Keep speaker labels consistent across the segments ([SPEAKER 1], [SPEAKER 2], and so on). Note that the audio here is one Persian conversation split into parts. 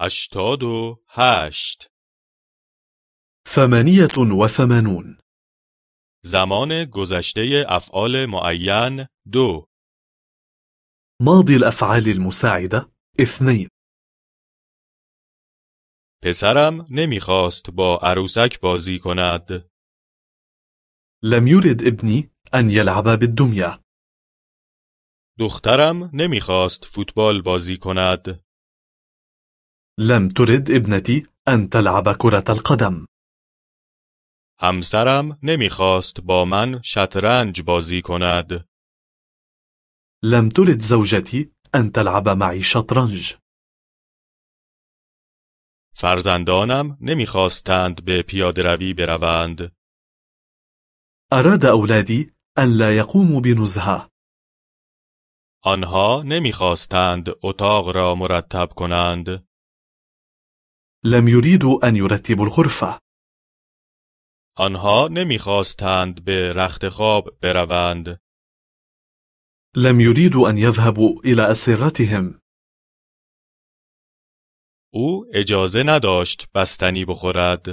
[SPEAKER 1] هشتاد و هشت
[SPEAKER 2] ثمانية وثمانون
[SPEAKER 1] زمان گذشته افعال معین دو
[SPEAKER 2] ماضي الأفعال المساعدة اثنين
[SPEAKER 1] پسرم نمیخواست با عروسک بازی کند
[SPEAKER 2] لم يرد ابني أن يلعب بالدمية
[SPEAKER 1] دخترم نمیخواست فوتبال بازی کند
[SPEAKER 2] لم ترد ابنتي أن تلعب كرة القدم
[SPEAKER 1] همسرم نمیخواست با من شطرنج بازی کند
[SPEAKER 2] لم ترد زوجتي أن تلعب معي شطرنج
[SPEAKER 1] فرزندانم نمیخواستند به پیاده روی بروند
[SPEAKER 2] أراد أولادي أن لا يقوموا بنزهة
[SPEAKER 1] آنها نمیخواستند اتاق را مرتب کنند
[SPEAKER 2] لم يريدوا أن يرتبوا الغرفة
[SPEAKER 1] آنها نمیخواستند به رخت خواب بروند
[SPEAKER 2] لم يريدوا أن يذهبوا إلى أسرتهم
[SPEAKER 1] او اجازه نداشت بستنی بخورد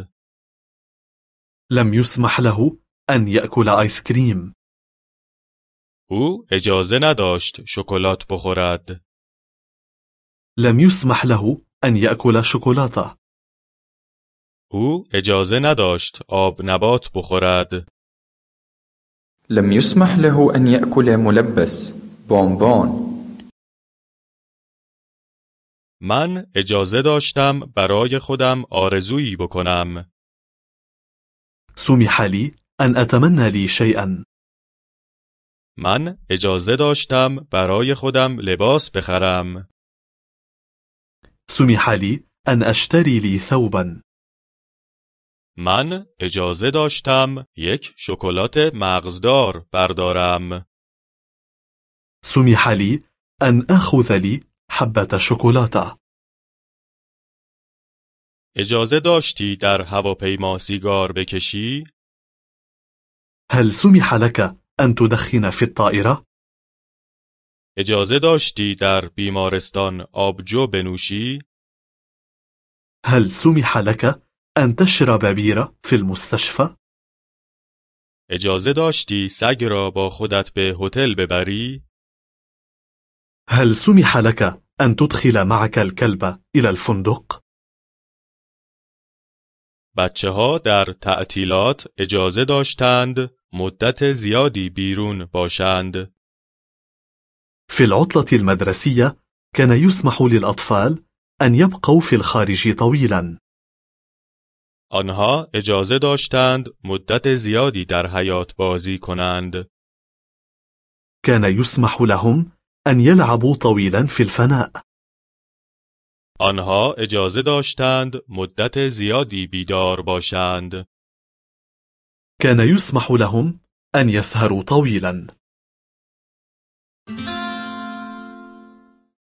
[SPEAKER 2] لم يسمح له أن يأكل آيس كريم
[SPEAKER 1] او اجازه نداشت شکلات بخورد
[SPEAKER 2] لم يسمح له أن يأكل شوكولاتة
[SPEAKER 1] او اجازه نداشت آب نبات بخورد
[SPEAKER 3] لم يسمح له أن يأكل ملبس بونبون
[SPEAKER 1] من اجازه داشتم برای خودم آرزویی بکنم
[SPEAKER 2] سمح لي أن أتمنى لي شيئا
[SPEAKER 1] من اجازه داشتم برای خودم لباس بخرم
[SPEAKER 2] سمح لي أن أشتري لي ثوبا
[SPEAKER 1] من اجازه داشتم یک شکلات مغزدار بردارم
[SPEAKER 2] سمح لي أن أخذ لي حبة شوكولاتة
[SPEAKER 1] اجازه داشتی در هواپیما سیگار بکشی؟
[SPEAKER 2] هل سمح لك أن تدخن في الطائرة؟
[SPEAKER 1] اجازه داشتی در بیمارستان آبجو بنوشی؟
[SPEAKER 2] هل سمح لك أن تشرب بيرة في المستشفى؟
[SPEAKER 1] اجازه داشتی سگ را با خودت به هتل ببری؟
[SPEAKER 2] هل سمح لك أن تدخل معك الكلب إلى الفندق؟
[SPEAKER 1] بچه ها در تعطیلات اجازه داشتند مدت زیادی بیرون باشند.
[SPEAKER 2] في العطلة المدرسية كان يسمح للأطفال أن يبقوا في الخارج طويلا
[SPEAKER 1] آنها اجازه داشتند مدت زیادی در حیات بازی کنند.
[SPEAKER 2] كان يسمح لهم أن يلعبوا طويلا في الفناء
[SPEAKER 1] آنها اجازه داشتند مدت زیادی بیدار باشند.
[SPEAKER 2] كان يسمح لهم أن يسهروا طويلا